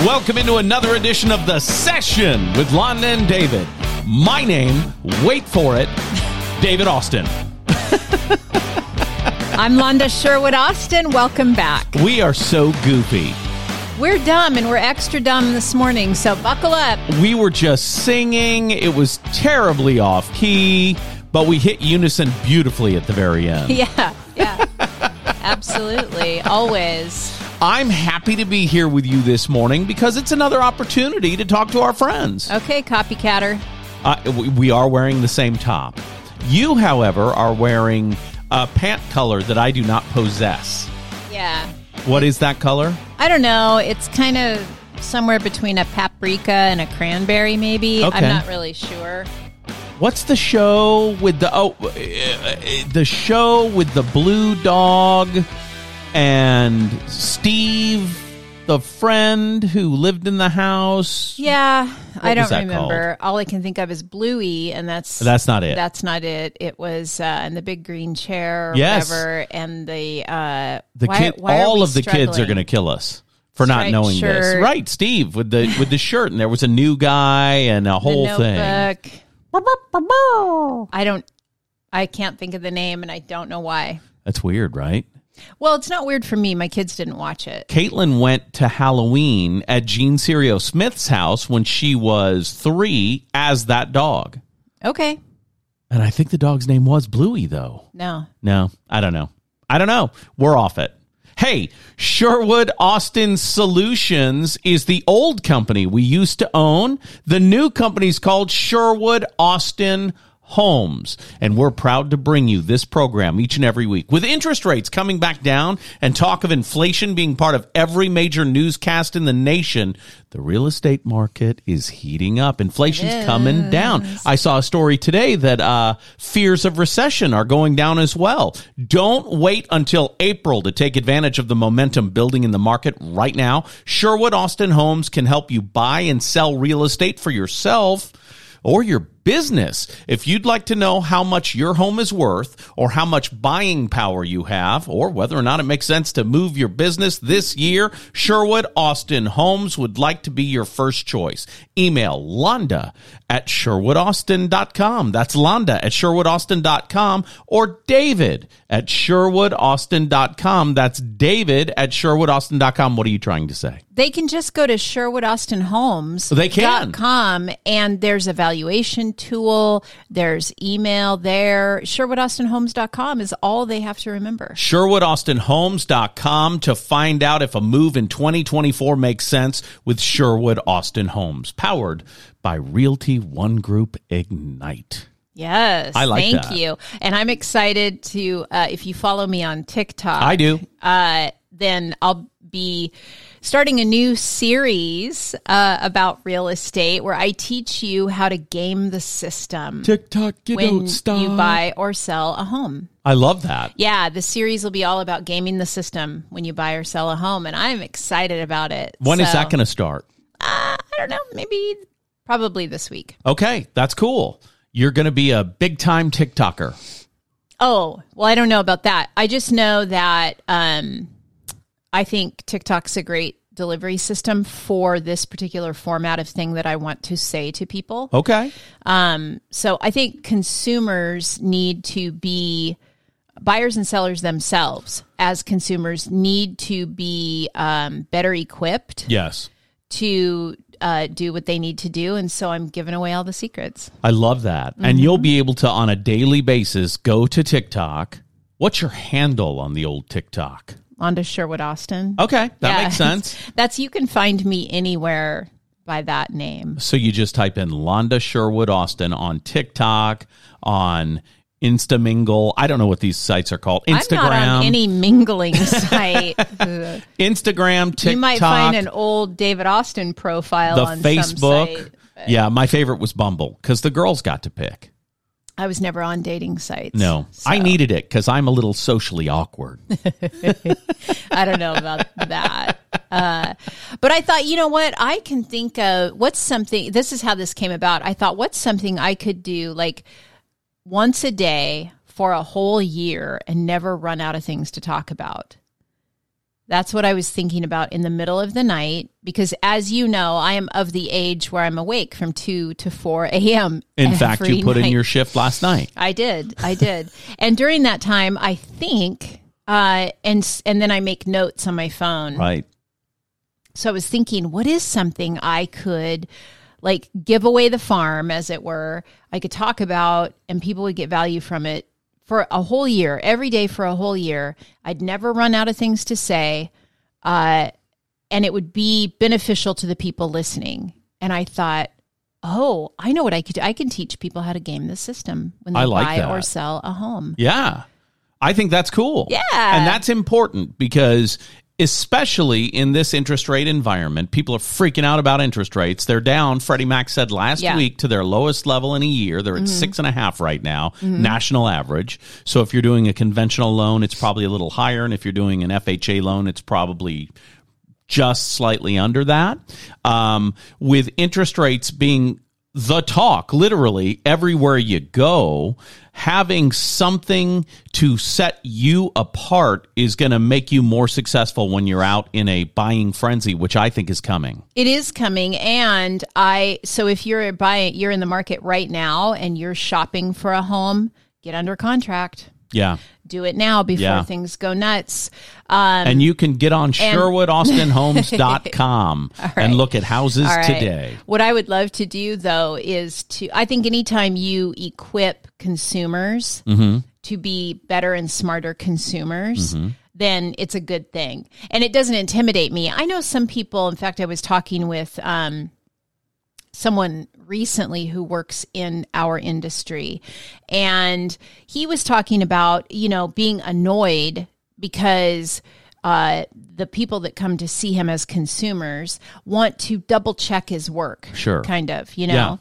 Welcome into another edition of The Session with Lon and David. My name, wait for it, David Austin. I'm Londa Sherwood Austin. Welcome back. We are so goofy. We're dumb and we're extra dumb this morning, so buckle up. We were just singing, it was terribly off key, but we hit unison beautifully at the very end. Yeah, yeah. Absolutely. Always. I'm happy to be here with you this morning because it's another opportunity to talk to our friends. Okay, copycatter. Uh, we- we are wearing the same top. You, however, are wearing a pant color that I do not possess. Yeah. What is that color? I don't know. It's kind of somewhere between a paprika and a cranberry, maybe. Okay. I'm not really sure. What's the show with the oh, uh, uh, the show with the blue dog and Steve, the friend who lived in the house? Yeah, I was don't that remember. All I can think of is Bluey, and that's That's not it. That's not it. It was uh, in the big green chair, or Yes. whatever, and the uh, The why- kid, why are we all of the kids are struggling? going to kill us for not Striped knowing this, shirt. right? Steve with the with the shirt, and there was a new guy and a The whole thing. Notebook. I don't. I can't think of the name, and I don't know why. That's weird, right? Well, it's not weird for me. My kids didn't watch it. Caitlin went to Halloween at Jean Serio Smith's house when she was three as that dog. Okay. And I think the dog's name was Bluey, though. No. No, I don't know. I don't know. We're off it. Hey, Sherwood Austin Solutions is the old company we used to own. The new company's called Sherwood Austin Homes, and we're proud to bring you this program each and every week. With interest rates coming back down and talk of inflation being part of every major newscast in the nation, the real estate market is heating up. Inflation's coming down. I saw a story today that uh, fears of recession are going down as well. Don't wait until April to take advantage of the momentum building in the market right now. Sherwood Austin Homes can help you buy and sell real estate for yourself or your business. If you'd like to know how much your home is worth or how much buying power you have or whether or not it makes sense to move your business this year, Sherwood Austin Homes would like to be your first choice. Email Londa at SherwoodAustin.com. That's Londa at SherwoodAustin.com or David at SherwoodAustin.com. That's David at SherwoodAustin.com. What are you trying to say? They can just go to Sherwood Austin Homes. They can. com, and there's a valuation tool. There's email there. SherwoodAustinHomes.com is all they have to remember. SherwoodAustinHomes.com to find out if a move in 2024 makes sense with Sherwood Austin Homes, powered by Realty One Group Ignite. Yes, I like thank that. you. And I'm excited to uh, if you follow me on TikTok. I do. Uh, then I'll be starting a new series uh, about real estate where I teach you how to game the system TikTok, you when you buy or sell a home. I love that. Yeah, the series will be all about gaming the system when you buy or sell a home, and I'm excited about it. When is So, that going to start? I don't know. Maybe probably this week. Okay, that's cool. You're going to be a big time TikToker. Oh, well, I don't know about that. I just know that um, I think TikTok's a great delivery system for this particular format of thing that I want to say to people. Okay. Um, so I think consumers need to be buyers and sellers themselves as consumers need to be um, better equipped Yes. to uh, do what they need to do. And so I'm giving away all the secrets. I love that. And you'll be able to, on a daily basis, go to TikTok. What's your handle on the old TikTok? Londa Sherwood Austin. Okay, that Yeah. makes sense. That's you can find me anywhere by that name. So you just type in Londa Sherwood Austin on TikTok, on Instamingle. I don't know what these sites are called. Instagram, I'm not on any mingling site. Ugh. Instagram, TikTok, you might find an old David Austin profile the on Some Facebook. site. Yeah, my favorite was Bumble because the girls got to pick. I was never on dating sites. No, I needed it because I'm a little socially awkward. I don't know about that. Uh, but I thought, you know what? I can think of what's something. This is how this came about. I thought, what's something I could do like once a day for a whole year and never run out of things to talk about? That's what I was thinking about in the middle of the night because, as you know, I am of the age where I'm awake from 2 to 4 a.m. In fact, every you put in night. your shift last night. I did. I did. and during that time, I think, uh, and, s- and then I make notes on my phone. Right. So I was thinking, what is something I could like give away the farm, as it were? I could talk about, and people would get value from it for a whole year, every day for a whole year. I'd never run out of things to say, uh, and it would be beneficial to the people listening. And I thought, oh, I know what I could do. I can teach people how to game the system when they I like buy that. or sell a home. Yeah. I think that's cool. Yeah. And that's important because especially in this interest rate environment, people are freaking out about interest rates. They're down, Freddie Mac said last Yeah. Mm-hmm. week, to their lowest level in a year. They're at six and a half right now, national average. So if you're doing a conventional loan, it's probably a little higher. And if you're doing an FHA loan, it's probably just slightly under that. Um, with interest rates being the talk, literally everywhere you go, having something to set you apart is going to make you more successful when you're out in a buying frenzy, which I think is coming. It is coming, and I. So if you're buying, you're in the market right now, and you're shopping for a home, get under contract. Yeah. Do it now before Yeah. things go nuts. Um, And you can get on SherwoodAustinHomes.com and look at houses all right. today. What I would love to do though is to. I think anytime you equip consumers Mm-hmm. to be better and smarter consumers. Then it's a good thing. And it doesn't intimidate me. I know some people, in fact, I was talking with um, someone recently who works in our industry and he was talking about you know being annoyed because uh, the people that come to see him as consumers want to double check his work Sure. kind of you know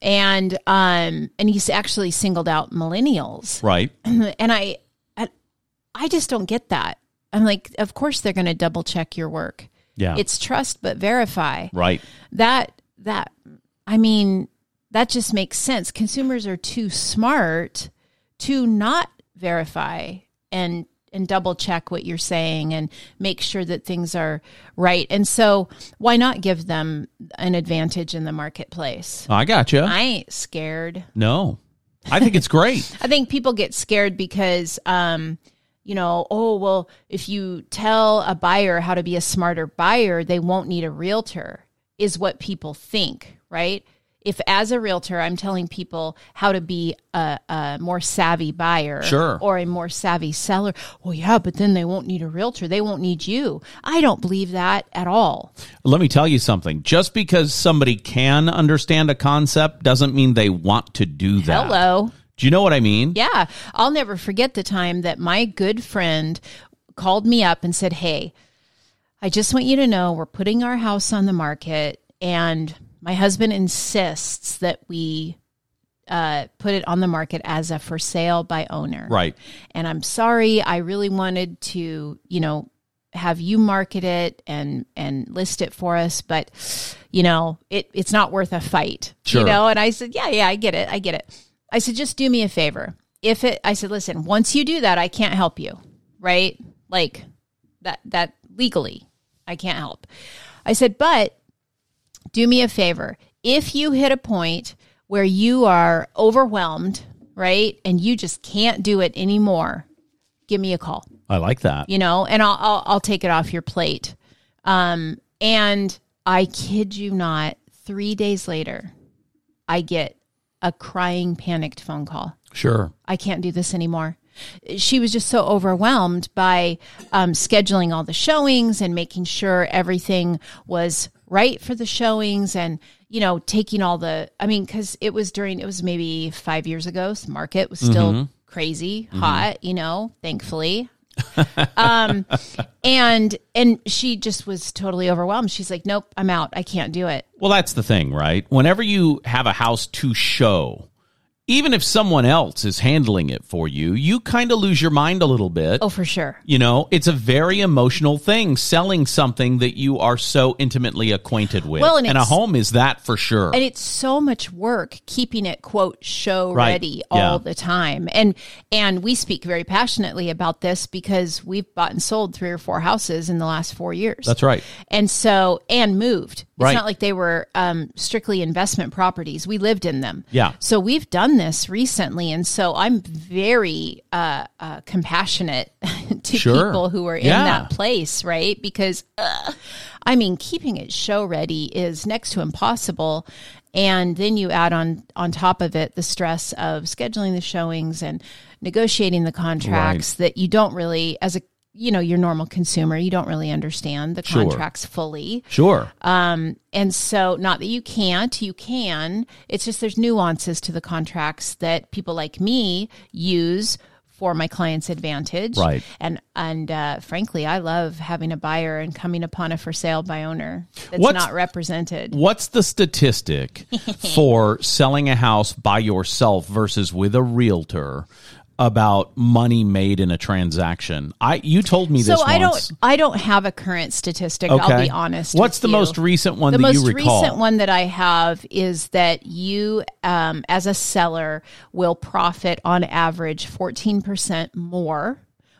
and um and he's actually singled out millennials Right. and I, I i just don't get that i'm like of course they're going to double check your work Yeah. it's trust but verify right. that that i mean that just makes sense consumers are too smart to not verify and and double check what you're saying and make sure that things are right and so why not give them an advantage in the marketplace I gotcha. i ain't scared no. I think it's great. I think people get scared because, um, you know, oh, well, if you tell a buyer how to be a smarter buyer, they won't need a realtor, is what people think, right? If, as a realtor, I'm telling people how to be a, a more savvy buyer Sure. or a more savvy seller, well, yeah, but then they won't need a realtor. They won't need you. I don't believe that at all. Let me tell you something. Just because somebody can understand a concept doesn't mean they want to do that. Hello. Do you know what I mean? Yeah. I'll never forget the time that my good friend called me up and said, Hey, I just want you to know we're putting our house on the market, and my husband insists that we uh, put it on the market as a for sale by owner. Right. And I'm sorry, I really wanted to, you know, have you market it and and list it for us, but you know, it it's not worth a fight. Sure. You know, and I said, "Yeah, yeah, I get it. I get it." I said, "Just do me a favor. If it I said, "Listen, once you do that, I can't help you." Right? Like that that legally, I can't help. I said, "But do me a favor. If you hit a point where you are overwhelmed, right, and you just can't do it anymore, give me a call, I like that. you know, and I'll, I'll, I'll take it off your plate. Um, and I kid you not, three days later, I get a crying, panicked phone call. Sure. I can't do this anymore. She was just so overwhelmed by um, scheduling all the showings and making sure everything was right for the showings and, you know, taking all the, I mean, because it was during, it was maybe five years ago. So the market was still crazy hot, you know, thankfully. um, and, and she just was totally overwhelmed. She's like, nope, I'm out. I can't do it. Well, that's the thing, right? Whenever you have a house to show, even if someone else is handling it for you, you kind of lose your mind a little bit. Oh, for sure. You know, it's a very emotional thing selling something that you are so intimately acquainted with. Well, and and, a it's- home is that for sure. and it's so much work keeping it quote show Right. ready all Yeah. the time and and we speak very passionately about this because we've bought and sold three or four houses in the last four years That's right. and so and moved it's Right. not like they were um, strictly investment properties we lived in them Yeah. so we've done this recently and so i'm very uh, uh, compassionate to Sure. people who are in Yeah. that place right because uh, I mean, keeping it show ready is next to impossible. And then you add on on top of it the stress of scheduling the showings and negotiating the contracts that you don't really as a you know your normal consumer you don't really understand the contracts fully Sure. and so not that you can't you can it's just there's nuances to the contracts that people like me use for my client's advantage Right. and and uh, frankly i love having a buyer and coming upon a for sale by owner that's What's- not represented What's the statistic for selling a house by yourself versus with a realtor about money made in a transaction? I you told me so this i once. don't i don't have a current statistic i'll be honest What's with the you. most recent one the that most you recall? recent one that I have is that you, um, as a seller, will profit on average 14% more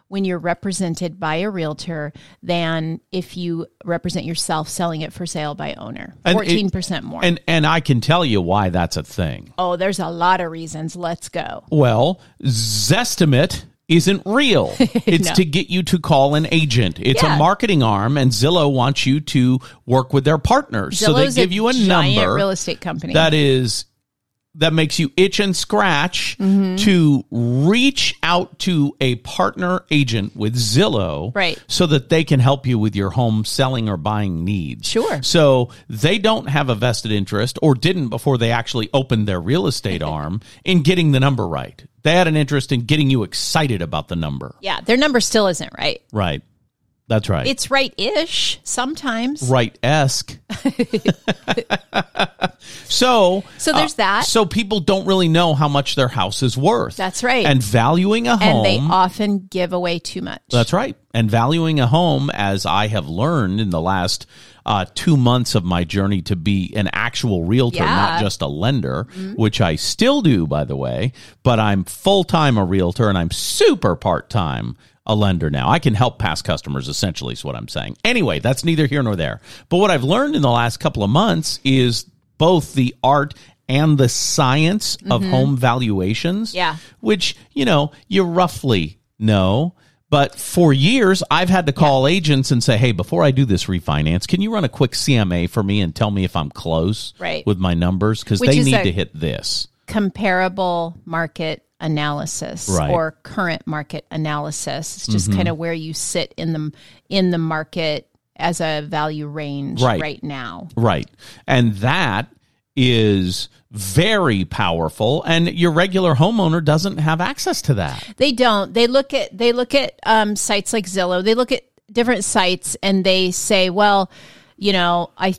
when you're represented by a realtor than if you represent yourself selling it for sale by owner. And it- 14% more. And and I can tell you why that's a thing. oh, there's a lot of reasons. Let's go. Well, Zestimate isn't real. It's to get you to call an agent. It's Yeah. a marketing arm, and Zillow wants you to work with their partners. so they Zillow's give you a giant number real estate company. that is that makes you itch and scratch Mm-hmm. to reach out to a partner agent with Zillow Right. so that they can help you with your home selling or buying needs. Sure. So they don't have a vested interest or didn't before they actually opened their real estate arm in getting the number right. They had an interest in getting you excited about the number. yeah, their number still isn't right. Right. That's right. It's right ish sometimes. right esque. so So there's that. Uh, So people don't really know how much their house is worth. That's right. And valuing a and home. they often give away too much. that's right. And valuing a home, as I have learned in the last uh, two months of my journey to be an actual realtor, Yeah. Mm-hmm. not just a lender, which I still do, by the way, but I'm full time a realtor and I'm super part time a lender now. I can help past customers, essentially, is what I'm saying. Anyway, that's neither here nor there. But what I've learned in the last couple of months is both the art and the science of home valuations Mm-hmm. Yeah. which you know you roughly know but for years i've had to call agents and say hey before i do this refinance can you run a quick cma for me and tell me if i'm close Right. with my numbers because Which they is need a- to hit this comparable market analysis Right. Mm-hmm. or current market analysis. It's just kind of where you sit in the in the market as a value range Right. now. right and that is very powerful and your regular homeowner doesn't have access to that They don't. They look at they look at um, sites like Zillow. They look at different sites and they say, well, you know, I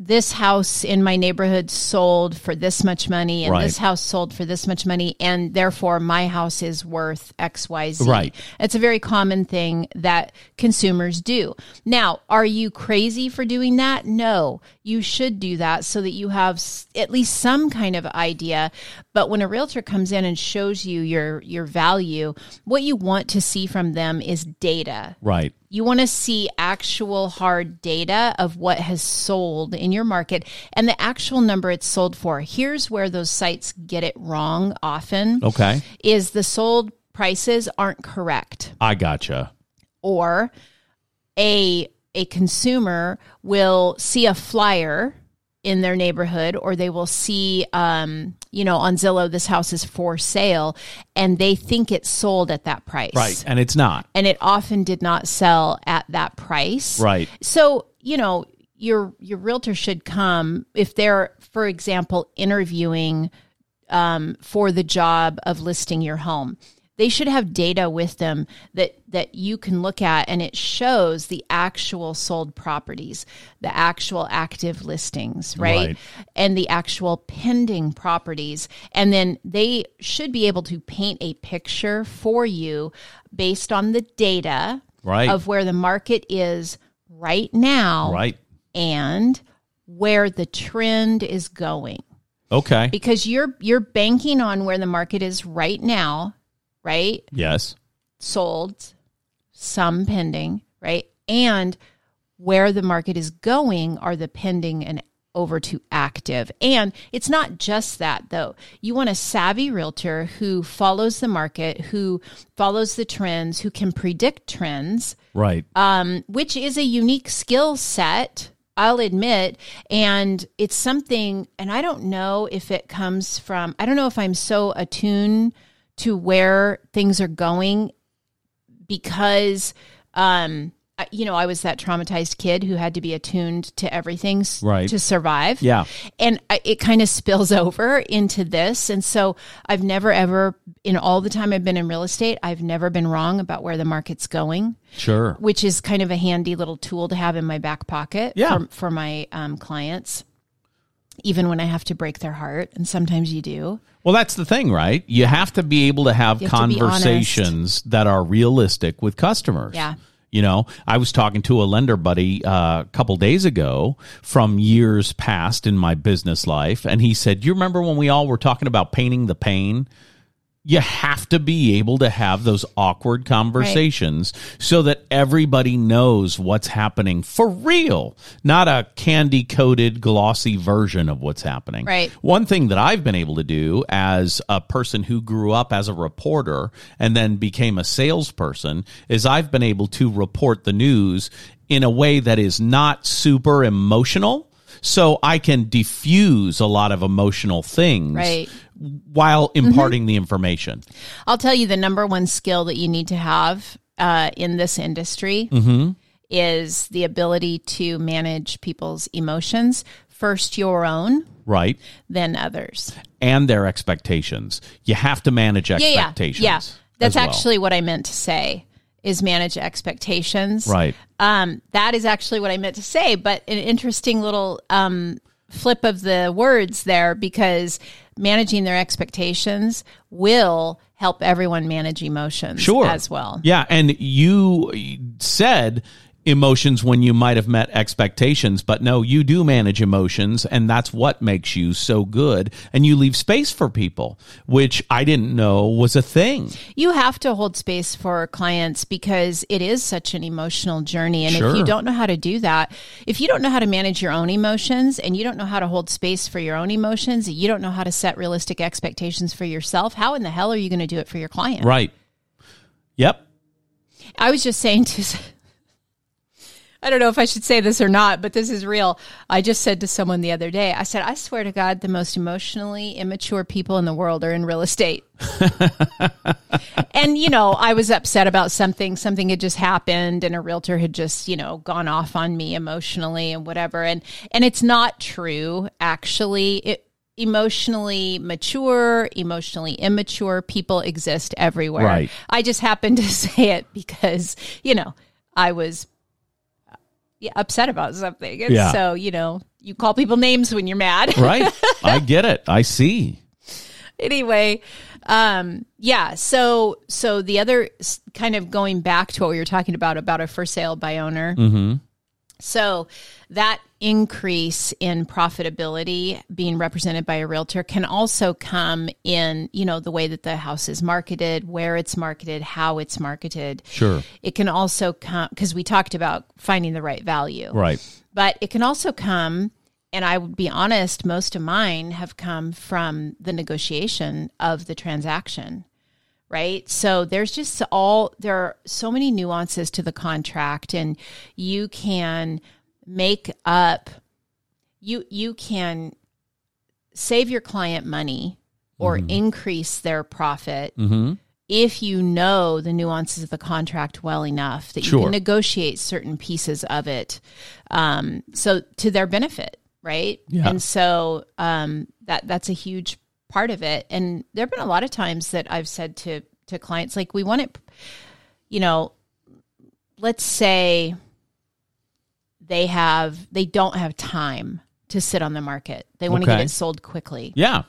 this house in my neighborhood sold for this much money and Right. this house sold for this much money and therefore my house is worth xyz Right. it's a very common thing that consumers do now are you crazy for doing that no you should do that so that you have s- at least some kind of idea but when a realtor comes in and shows you your your value what you want to see from them is data right you want to see actual hard data of what has sold in your market and the actual number it's sold for. Here's where those sites get it wrong often okay is the sold prices aren't correct i gotcha or a a consumer will see a flyer in their neighborhood or they will see um you know on Zillow this house is for sale and they think it's sold at that price right and it's not and it often did not sell at that price. right So, you know, your your realtor should come if they're, for example, interviewing um, for the job of listing your home. they should have data with them that that you can look at and it shows the actual sold properties the actual active listings right, Right. and the actual pending properties and then they should be able to paint a picture for you based on the data Right. of where the market is right now Right. and where the trend is going Okay. because you're you're banking on where the market is right now right Yes. sold some pending right and where the market is going are the pending and over to active and it's not just that though you want a savvy realtor who follows the market who follows the trends who can predict trends Right. um, which is a unique skill set, I'll admit. And it's something, and I don't know if it comes from, I don't know if I'm so attuned to where things are going because, um, I- you know, I was that traumatized kid who had to be attuned to everything s- Right. to survive yeah. and I, it kind of spills over into this and so i've never ever in all the time i've been in real estate i've never been wrong about where the market's going Sure. which is kind of a handy little tool to have in my back pocket Yeah. for, for my um, clients even when i have to break their heart and sometimes you do Well, that's the thing, right? You have to be able to have have to be conversations that are realistic with customers. Yeah. You know, I was talking to a lender buddy uh, a couple days ago from years past in my business life, and he said, "You remember when we all were talking about painting the pain?" You have to be able to have those awkward conversations so that everybody knows what's happening for real, not a candy coated, glossy version of what's happening. Right. One thing that I've been able to do as a person who grew up as a reporter and then became a salesperson is I've been able to report the news in a way that is not super emotional. So I can diffuse a lot of emotional things Right. Mm-hmm. while imparting the information. i'll tell you the number one skill that you need to have uh, in this industry Mm-hmm. is the ability to manage people's emotions first your own Right. then others And their expectations. You have to manage yeah yeah expectations. yeah as that's well. actually what i meant to say is manage expectations right. Um, that is actually what I meant to say, but an interesting little um, flip of the words there because managing their expectations will help everyone manage emotions sure. as well. Yeah, and you said emotions when you might have met expectations, but no, you do manage emotions, and that's what makes you so good. And you leave space for people, which I didn't know was a thing. You have to hold space for clients because it is such an emotional journey. And Sure. if you don't know how to do that, if you don't know how to manage your own emotions and you don't know how to hold space for your own emotions, you don't know how to set realistic expectations for yourself, how in the hell are you going to do it for your client? Right. Yep. I was just saying to. I don't know if I should say this or not, but this is real. I just said to someone the other day, I said, I swear to God, the most emotionally immature people in the world are in real estate. and, you know, I was upset about something. Something had just happened and a realtor had just, you know, gone off on me emotionally and whatever. And, and it's not true, actually. It, emotionally mature, emotionally immature people exist everywhere. Right. I just happened to say it because, you know, I was yeah, upset about something. And Yeah. so, you know, you call people names when you're mad. Right. I get it. I see. anyway, um, yeah. So, so the other s- kind of going back to what we were talking about, about a for sale by owner. Mm-hmm. So that increase in profitability being represented by a realtor can also come in, you know, the way that the house is marketed, where it's marketed, how it's marketed. Sure. It can also come because we talked about finding the right value Right. but it can also come and i would be honest most of mine have come from the negotiation of the transaction right so there's just all there are so many nuances to the contract and you can make up you you can save your client money or increase their profit Mm-hmm. if you know the nuances of the contract well enough that you Sure. can negotiate certain pieces of it um, so to their benefit right Yeah. and so um, that that's a huge part of it and there have been a lot of times that i've said to to clients like we want it you know let's say they have they don't have time to sit on the market they want to Okay. get it sold quickly Yeah.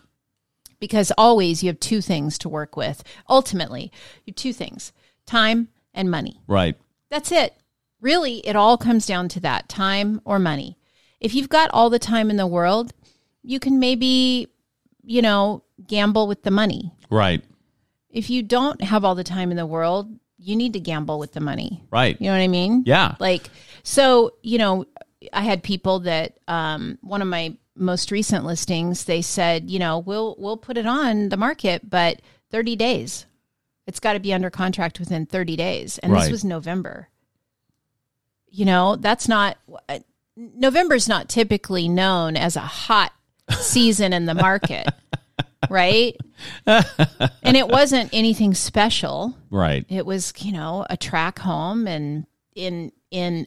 because always you have two things to work with ultimately you have two things time and money Right. that's it really it all comes down to that time or money if you've got all the time in the world you can maybe you know gamble with the money Right. if you don't have all the time in the world, you need to gamble with the money. Right. You know what I mean? Yeah. Like, so, you know, I had people that, um, one of my most recent listings, they said, you know, we'll, we'll put it on the market, but 30 days. It's got to be under contract within 30 days. And Right. this was November. You know, that's not, uh, November's not typically known as a hot season in the market, right? and it wasn't anything special. Right. It was, you know, a track home and in in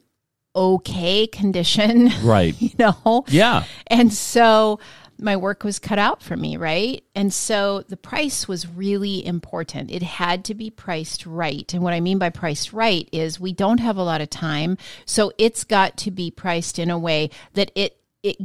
okay condition, Right. you know. Yeah. And so my work was cut out for me, right? And so the price was really important. It had to be priced right. And what I mean by priced right is we don't have a lot of time, so it's got to be priced in a way that it it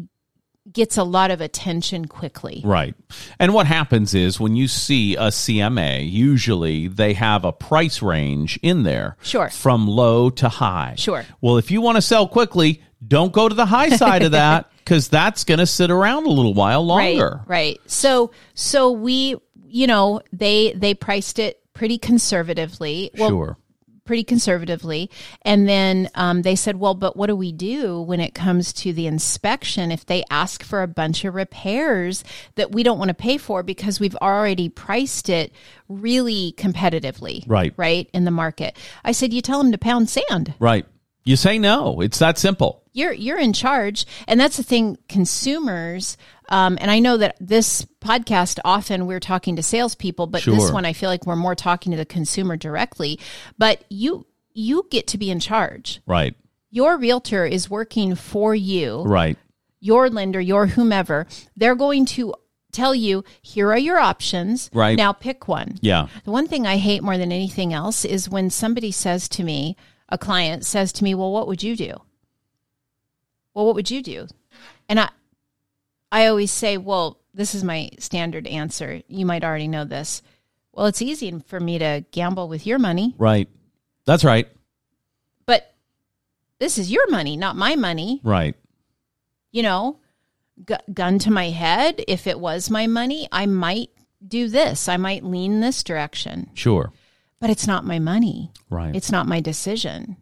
gets a lot of attention quickly. Right. And what happens is when you see a CMA, usually they have a price range in there. Sure. From low to high. Sure. Well, if you want to sell quickly, don't go to the high side of that because that's going to sit around a little while longer. Right, right. So so we you know, they they priced it pretty conservatively. Well, sure. pretty conservatively. And then um, they said, well, but what do we do when it comes to the inspection if they ask for a bunch of repairs that we don't want to pay for because we've already priced it really competitively? Right. Right. In the market. I said, you tell them to pound sand Right. You say no. It's that simple. you're you're in charge and that's the thing consumers um, and I know that this podcast often we're talking to salespeople, but this Sure. one I feel like we're more talking to the consumer directly. But you you get to be in charge. Right. Your realtor is working for you, Right. your lender, your whomever. They're going to tell you, here are your options. Right. Now pick one. Yeah. The one thing I hate more than anything else is when somebody says to me, a client says to me, "Well, what would you do?" Well, what would you do? And I I always say, "Well, this is my standard answer. You might already know this. Well, it's easy for me to gamble with your money, Right. That's right. but this is your money, not my money, Right. you know. Gu gun to my head, if it was my money, I might do this. I might lean this direction, Sure. but it's not my money. Right. It's not my decision.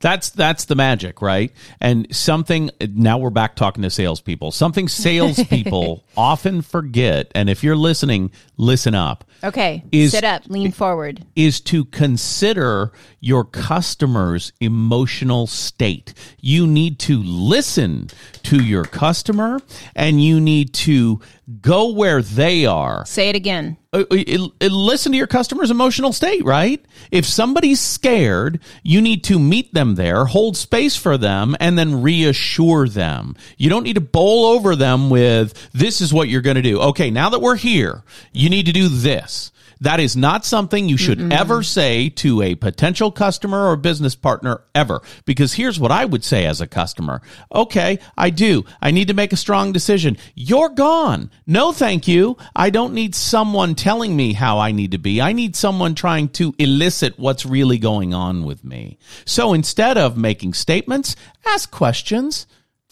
That's that's the magic, right? And something now we're back talking to salespeople. Something salespeople often forget, and if you're listening, listen up, Okay. Is- Sit up, lean forward. is to consider your customer's emotional state. You need to listen to your customer and you need to go where they are. Say it again. Uh, uh, uh, listen to your customer's emotional state, right? If somebody's scared, you need to meet them there, hold space for them, and then reassure them. You don't need to bowl over them with, this is what you're going to do. Okay, now that we're here, you need to do this. That is not something you should ever say to a potential customer or business partner ever. Because here's what I would say as a customer. Okay, I do. I need to make a strong decision. You're gone. No, thank you. I don't need someone telling me how I need to be. I need someone trying to elicit what's really going on with me. So instead of making statements, ask questions.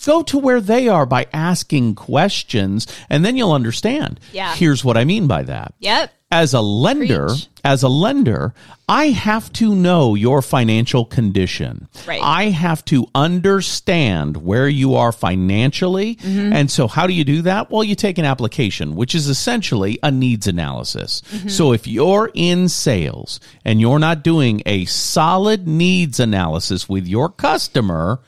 Go to where they are by asking questions, and then you'll understand. Yeah. Here's what I mean by that Yep. as a lender Preach. as a lender i have to know your financial condition Right. i have to understand where you are financially Mm-hmm. and so how do you do that well you take an application which is essentially a needs analysis Mm-hmm. so if you're in sales and you're not doing a solid needs analysis with your customer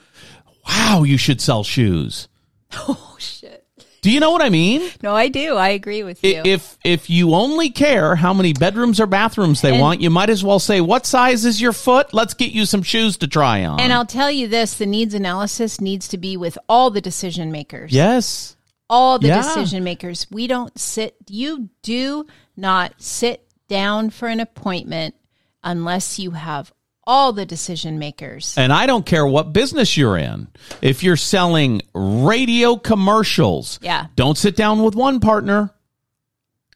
wow you should sell shoes Oh, shit. do you know what i mean No, I do. I agree with you. I- If if you only care how many bedrooms or bathrooms they want, you might as well say, "What size is your foot? Let's get you some shoes to try on." and I'll tell you this the needs analysis needs to be with all the decision makers. yes, All the Yeah. decision makers. We don't sit, you do not sit down for an appointment unless you have all the decision makers. And I don't care what business you're in. If you're selling radio commercials, Yeah. don't sit down with one partner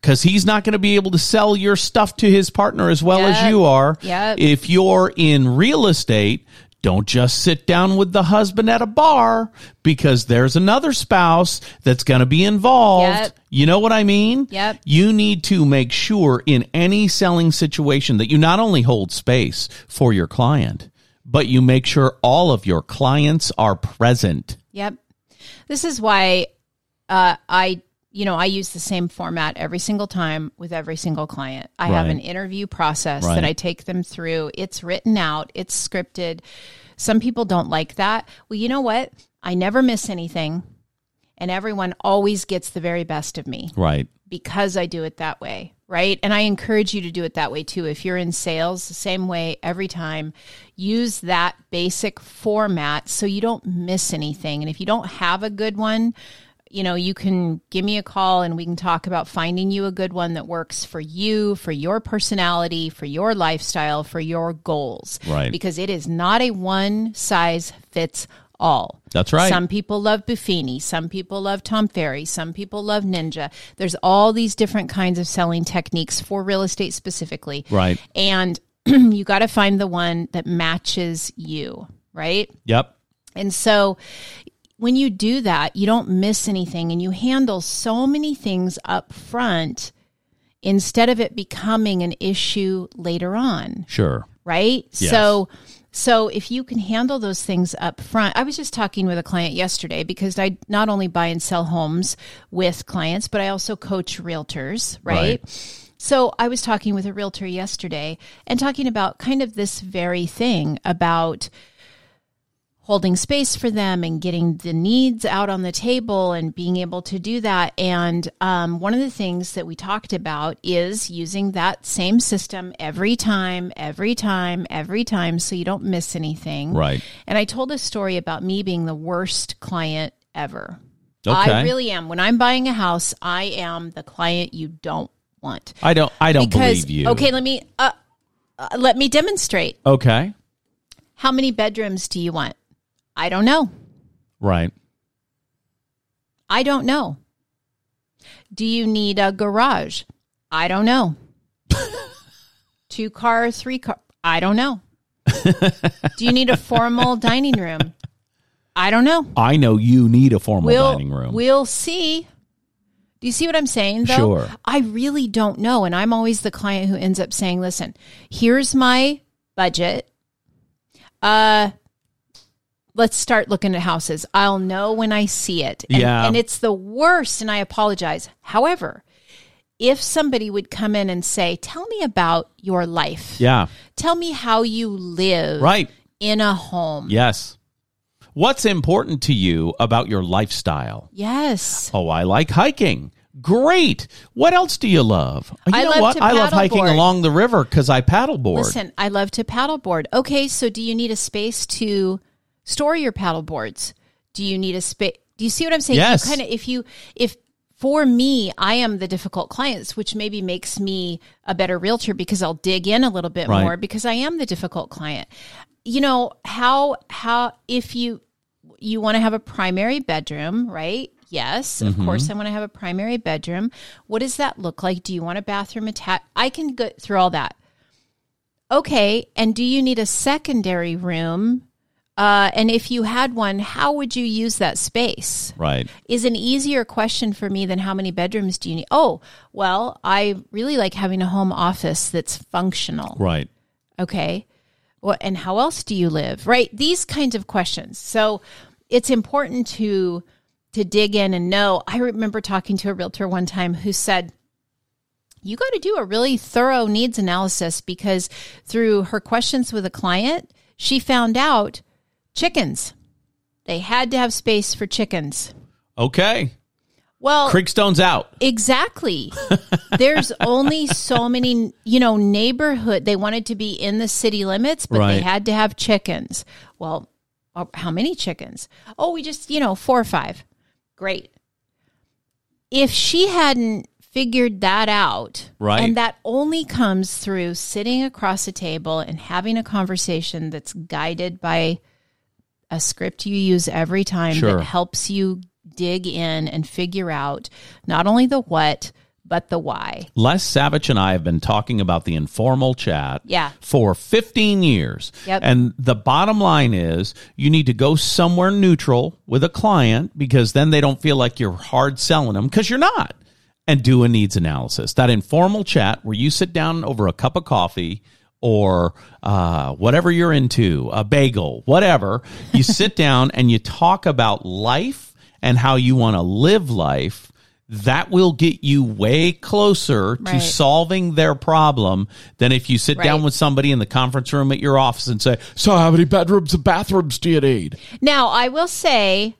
because he's not going to be able to sell your stuff to his partner as well as Yep. you are. Yep. If you're in real estate, don't just sit down with the husband at a bar because there's another spouse that's going to be involved. Yep. You know what I mean? Yep. You need to make sure in any selling situation that you not only hold space for your client, but you make sure all of your clients are present. Yep. This is why uh, I, you know, I use the same format every single time with every single client. I have Right. an interview process Right. that I take them through. It's written out, it's scripted. Some people don't like that. Well, you know what? I never miss anything, and everyone always gets the very best of me Right. because I do it that way, right? And I encourage you to do it that way too. If you're in sales, the same way every time, use that basic format so you don't miss anything. And if you don't have a good one, you know, you can give me a call and we can talk about finding you a good one that works for you, for your personality, for your lifestyle, for your goals. Right. Because it is not a one size fits all. That's right. Some people love Buffini. Some people love Tom Ferry. Some people love Ninja. There's all these different kinds of selling techniques for real estate specifically. Right. And you got to find the one that matches you, right? Yep. And so when you do that, you don't miss anything and you handle so many things up front instead of it becoming an issue later on Sure. right? Yes. So so if you can handle those things up front. I was just talking with a client yesterday because I not only buy and sell homes with clients, but I also coach realtors, right? So I was talking with a realtor yesterday and talking about kind of this very thing about holding space for them and getting the needs out on the table and being able to do that. And um, one of the things that we talked about is using that same system every time, every time, every time, so you don't miss anything. Right. And I told a story about me being the worst client ever. Okay. I really am. When I'm buying a house, I am the client you don't want. I don't I don't believe you. okay, let me uh, uh, let me demonstrate. Okay. How many bedrooms do you want? I don't know. Right. I don't know. Do you need a garage? I don't know. Two car, three car? I don't know. Do you need a formal dining room? I don't know. I know you need a formal We'll, dining room. we'll see. Do you see what I'm saying, though? Sure. I really don't know. And I'm always the client who ends up saying, listen, here's my budget. Uh, let's start looking at houses. I'll know when I see it. And, Yeah. And it's the worst. And I apologize. However, if somebody would come in and say, tell me about your life, yeah. tell me how you live Right. in a home. Yes. What's important to you about your lifestyle? Yes. Oh, I like hiking. Great. What else do you love? You I know love what? to I love hiking paddleboard. along the river because I paddleboard. Listen, I love to paddleboard. Okay, so do you need a space to store your paddleboards? Do you need a space? Do you see what I'm saying? Yes. Kind of if you if for me, I am the difficult clients, which maybe makes me a better realtor because I'll dig in a little bit Right. more because I am the difficult client. You know, how how if you you want to have a primary bedroom, right? Yes, of course I want to have a primary bedroom. What does that look like? Do you want a bathroom attached? I can go through all that okay and do you need a secondary room uh, and if you had one how would you use that space Right. is an easier question for me than how many bedrooms do you need oh well i really like having a home office that's functional Right. okay well, and how else do you live right these kinds of questions so it's important to to dig in and know i remember talking to a realtor one time who said you got to do a really thorough needs analysis because through her questions with a client she found out chickens they had to have space for chickens Okay. well Creekstone's out. Exactly. There's only so many, you know, neighborhood. They wanted to be in the city limits, but Right. they had to have chickens. Well, uh, how many chickens? Oh, we just, you know, four or five. Great. If she hadn't figured that out. Right. And that only comes through sitting across a table and having a conversation that's guided by a script you use every time Sure. that helps you dig in and figure out not only the what, but the why. Les Savage and I have been talking about the informal chat Yeah. for 15 years. Yep. And the bottom line is you need to go somewhere neutral with a client because then they don't feel like you're hard selling them because you're not. And do a needs analysis. That informal chat where you sit down over a cup of coffee or uh, whatever you're into, a bagel, whatever, you sit down and you talk about life and how you want to live life. That will get you way closer to Right. solving their problem than if you sit down Right. with somebody in the conference room at your office and say, "So, how many bedrooms and bathrooms do you need?" Now, I will say,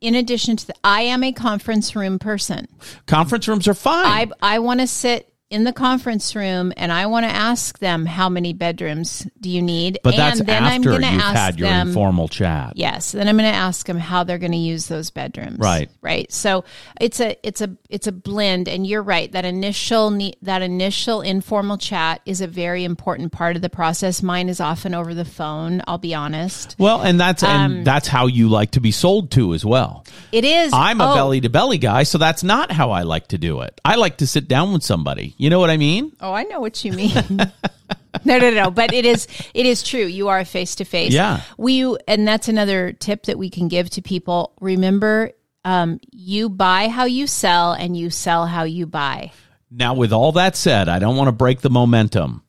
in addition to the, I am a conference room person. Conference rooms are fine. I I want to sit in the conference room and I want to ask them how many bedrooms do you need? but and that's after you've gonna had your them. informal chat. Yes, then I'm going to ask them how they're going to use those bedrooms. Right. Right. So it's a it's a it's a blend and you're right that initial ne- that initial informal chat is a very important part of the process. Mine is often over the phone, I'll be honest. Well, and that's Um, and that's how you like to be sold to as well. It is I'm a oh, belly to belly guy, so that's not how I like to do it. I like to sit down with somebody. You know what I mean? Oh, I know what you mean. no, no, no. But it is it is true. You are face to face. Yeah. We and that's another tip that we can give to people. Remember, um, you buy how you sell, and you sell how you buy. Now, with all that said, I don't want to break the momentum,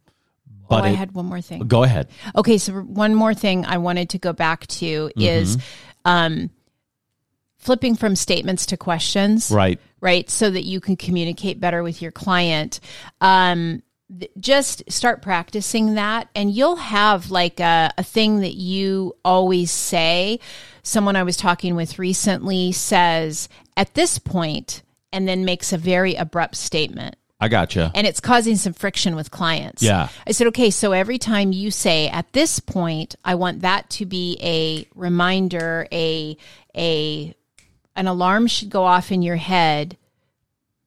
but oh, I it, had one more thing. go ahead. Okay, so one more thing I wanted to go back to is um, flipping from statements to questions. Right. right? So that you can communicate better with your client. Um, th- just start practicing that, and you'll have like a, a thing that you always say. Someone I was talking with recently says, at this point, and then makes a very abrupt statement. I gotcha. And it's causing some friction with clients. Yeah. I said, okay, so every time you say at this point, I want that to be a reminder, a a an alarm should go off in your head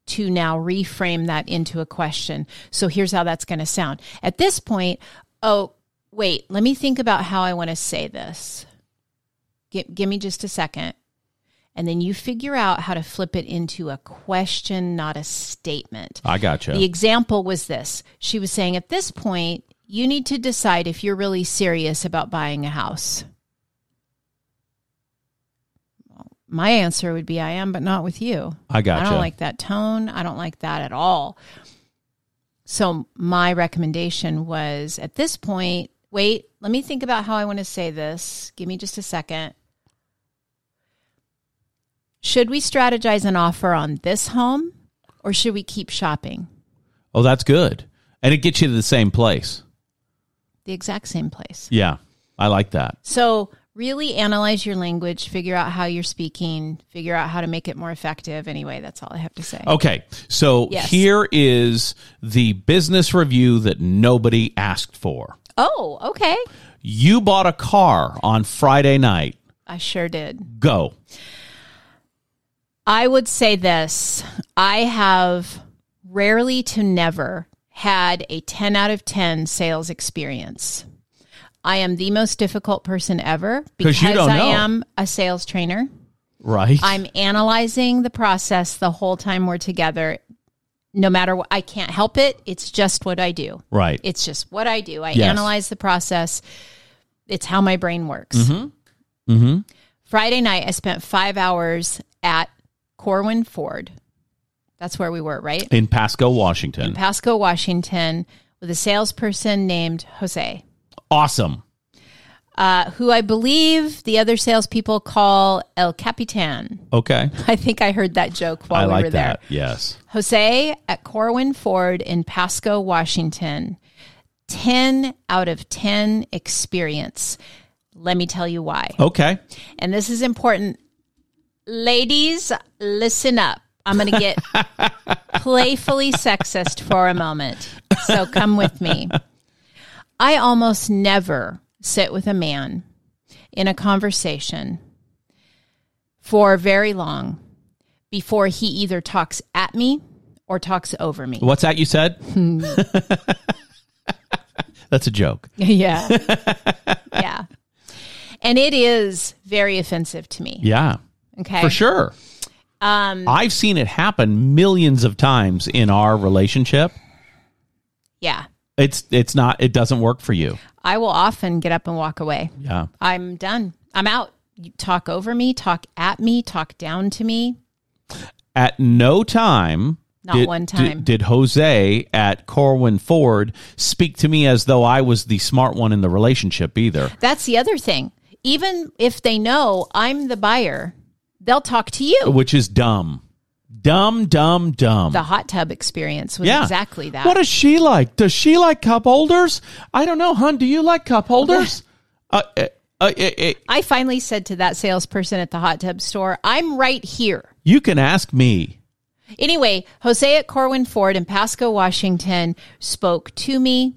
to now reframe that into a question. So here's how that's going to sound. At this point, oh, wait, let me think about how I want to say this. Give, give me just a second. And then you figure out how to flip it into a question, not a statement. I gotcha. The example was this. She was saying, at this point, you need to decide if you're really serious about buying a house. My answer would be, I am, but not with you. I gotcha. I don't like that tone. I don't like that at all. So, my recommendation was at this point, wait, let me think about how I want to say this. Give me just a second. Should we strategize an offer on this home or should we keep shopping? oh, that's good. And it gets you to the same place. The exact same place. Yeah. I like that. So, really analyze your language, figure out how you're speaking, figure out how to make it more effective. Anyway, that's all I have to say. Okay. So Yes. here is the business review that nobody asked for. Oh, okay. You bought a car on Friday night. I sure did. Go. I would say this I have rarely to never had a 10 out of 10 sales experience. I am the most difficult person ever 'Cause because you don't I know. am a sales trainer. Right. I'm analyzing the process the whole time we're together. No matter what, I can't help it. It's just what I do. right. It's just what I do. I Yes. analyze the process. It's how my brain works. Mhm. Friday night, I spent five hours at Corwin Ford. That's where we were, right? In Pasco, Washington. Pasco, Washington, with a salesperson named Jose, awesome. uh, who I believe the other salespeople call El Capitan. Okay. I think I heard that joke while I we like were there. that. Yes. Jose at Corwin Ford in Pasco, Washington. 10 out of 10 experience. Let me tell you why. Okay. And this is important. Ladies, listen up. I'm going to get playfully sexist for a moment. So come with me. I almost never sit with a man in a conversation for very long before he either talks at me or talks over me. What's that you said? That's a joke. yeah. yeah. And it is very offensive to me. Yeah, Okay. for sure. Um, I've seen it happen millions of times in our relationship. Yeah. It's it's not it doesn't work for you. I will often get up and walk away. Yeah. I'm done. I'm out. You talk over me, talk at me, talk down to me. At no time Not one time. did, did Jose at Corwin Ford speak to me as though I was the smart one in the relationship either. That's the other thing. Even if they know I'm the buyer, they'll talk to you. which is dumb. Dumb, dumb, dumb. The hot tub experience was exactly that. What does she like? Does she like cup holders? I don't know, hun. Do you like cup holders? uh, uh, uh, uh, uh, I finally said to that salesperson at the hot tub store, I'm right here. you can ask me. Anyway, Jose at Corwin Ford in Pasco, Washington, spoke to me.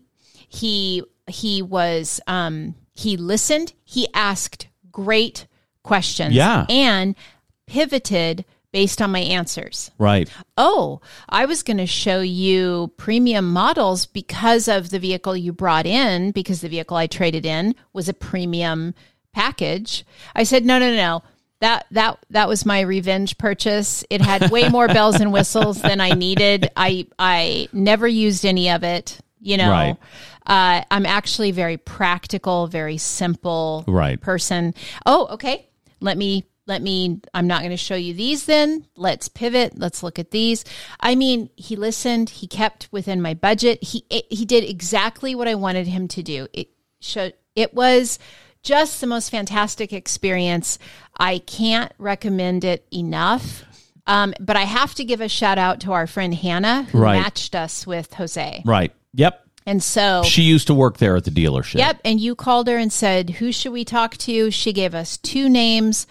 He he was um, he listened. He asked great questions. Yeah. and pivoted based on my answers. Right. Oh, I was going to show you premium models because of the vehicle you brought in, because the vehicle I traded in was a premium package. I said, no, no, no, no. That that that was my revenge purchase. It had way more bells and whistles than I needed. I I never used any of it. You know, Right. uh, I'm actually very practical, very simple Right. person. Oh, okay. Let me let me I'm not going to show you these then. Let's pivot. Let's look at these. I mean, he listened, he kept within my budget. He it, he did exactly what I wanted him to do. It showed it was just the most fantastic experience. I can't recommend it enough. Um, but I have to give a shout out to our friend Hannah who Right. matched us with Jose. Right. Yep. And so She used to work there at the dealership. Yep. And you called her and said, Who should we talk to? She gave us two names.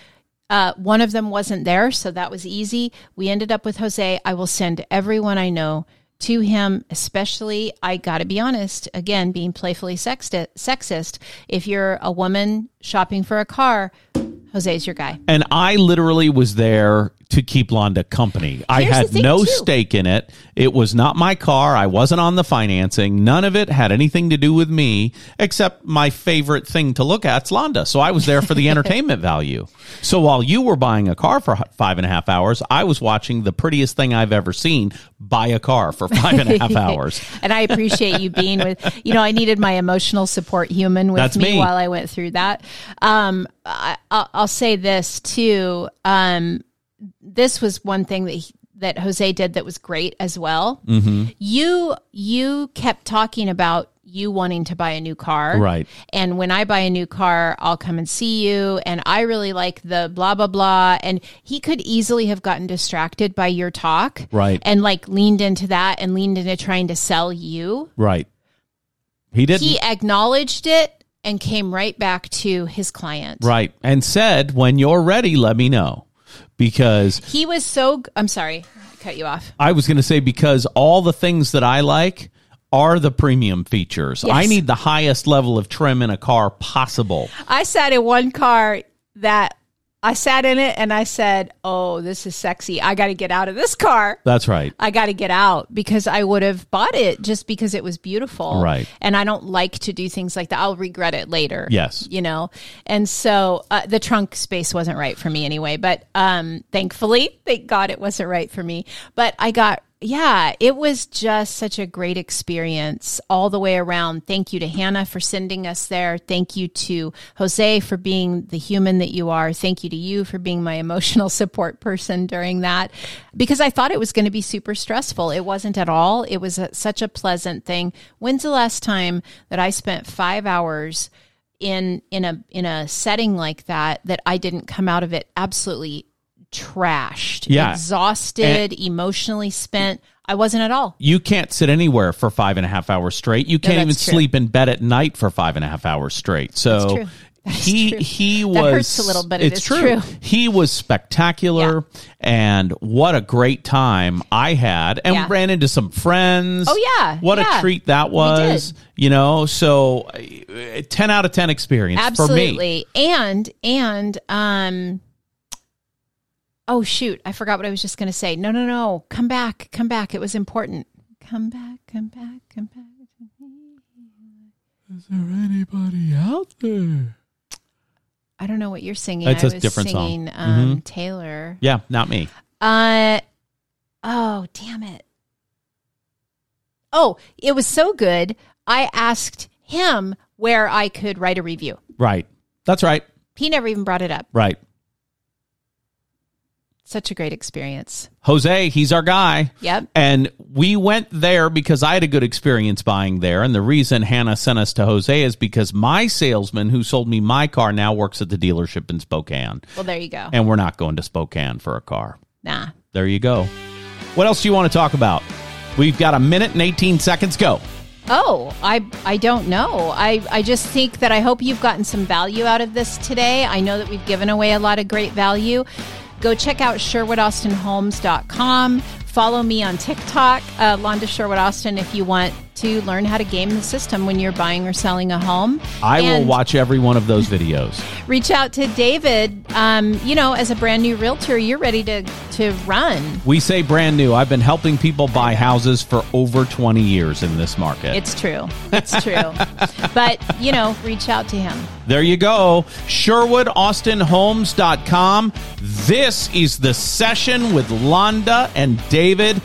Uh, one of them wasn't there, so that was easy. We ended up with Jose. I will send everyone I know to him, especially, I got to be honest, again, being playfully sexti- sexist. If you're a woman shopping for a car, Jose's your guy. And I literally was there to keep Londa company. I Here's had the thing, no too. stake in it. It was not my car. I wasn't on the financing. None of it had anything to do with me except my favorite thing to look at's Londa. So I was there for the entertainment value. So while you were buying a car for h- five and a half hours, I was watching the prettiest thing I've ever seen buy a car for five and a half hours. And I appreciate you being with, you know, I needed my emotional support human with That's me, me. while I went through that. Um, I, I'll, I'll say this too. Um, this was one thing that he, that Jose did that was great as well. Mm-hmm. You you kept talking about you wanting to buy a new car, Right. And when I buy a new car, I'll come and see you. And I really like the blah blah blah. And he could easily have gotten distracted by your talk, Right. and like leaned into that and leaned into trying to sell you. Right. He didn't. He acknowledged it and came right back to his client. right. And said, when you're ready, let me know. Because He was so g- I'm sorry, I cut you off. I was going to say because all the things that I like are the premium features. I need the highest level of trim in a car possible. I sat in one car that I sat in it and I said, "Oh, this is sexy. I got to get out of this car." That's right. I got to get out because I would have bought it just because it was beautiful. Right. And I don't like to do things like that. I'll regret it later. Yes. You know? And so uh, the trunk space wasn't right for me anyway. But um, thankfully, thank God it wasn't right for me. But I got, yeah, it was just such a great experience all the way around. Thank you to Hannah for sending us there. Thank you to Jose for being the human that you are. Thank you to you for being my emotional support person during that because I thought it was going to be super stressful. It wasn't at all. It was a, such a pleasant thing. When's the last time that I spent 5 hours in in a in a setting like that that I didn't come out of it absolutely trashed, Yeah. exhausted, emotionally spent. I wasn't at all. You can't sit anywhere for five and a half hours straight. You can't even that's true. sleep in bed at night for five and a half hours straight. So true. That is he true. he was That hurts a little, but it it's is true. He was spectacular, and what a great time I had, and Yeah. ran into some friends. Oh, yeah. what a Yeah. treat that was. You know, so uh, ten out of ten experience for me. Absolutely. And and um Oh shoot, I forgot what I was just going to say. No, no, no. Come back. Come back. It was important. Come back. Come back. Come back. Is there anybody out there? I don't know what you're singing. It's I a was different song. Mm-hmm. singing um Taylor. Yeah, not me. Uh oh, damn it. Oh, it was so good. I asked him where I could write a review. Right. That's right. He never even brought it up. Right. Such a great experience. Jose, he's our guy. Yep. And we went there because I had a good experience buying there. And the reason Hannah sent us to Jose is because my salesman who sold me my car now works at the dealership in Spokane. Well, there you go. And we're not going to Spokane for a car. Nah. There you go. What else do you want to talk about? We've got a minute and 18 seconds. Go. Oh, I I don't know. I I just think that I hope you've gotten some value out of this today. I know that we've given away a lot of great value. Go check out SherwoodAustinHolmes.com. Follow me on TikTok, uh, Londa Sherwood Austin, if you want to learn how to game the system when you're buying or selling a home. I will And- watch every one of those videos. reach out to David. Um, you know, as a brand new realtor, you're ready to to run. We say brand new. I've been helping people buy houses for over 20 years in this market. It's true. It's true. but you know, reach out to him. There you go. SherwoodAustinHomes.com. This is the session with Londa and David.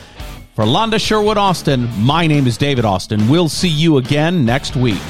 For Londa Sherwood Austin, my name is David Austin. We'll see you again next week.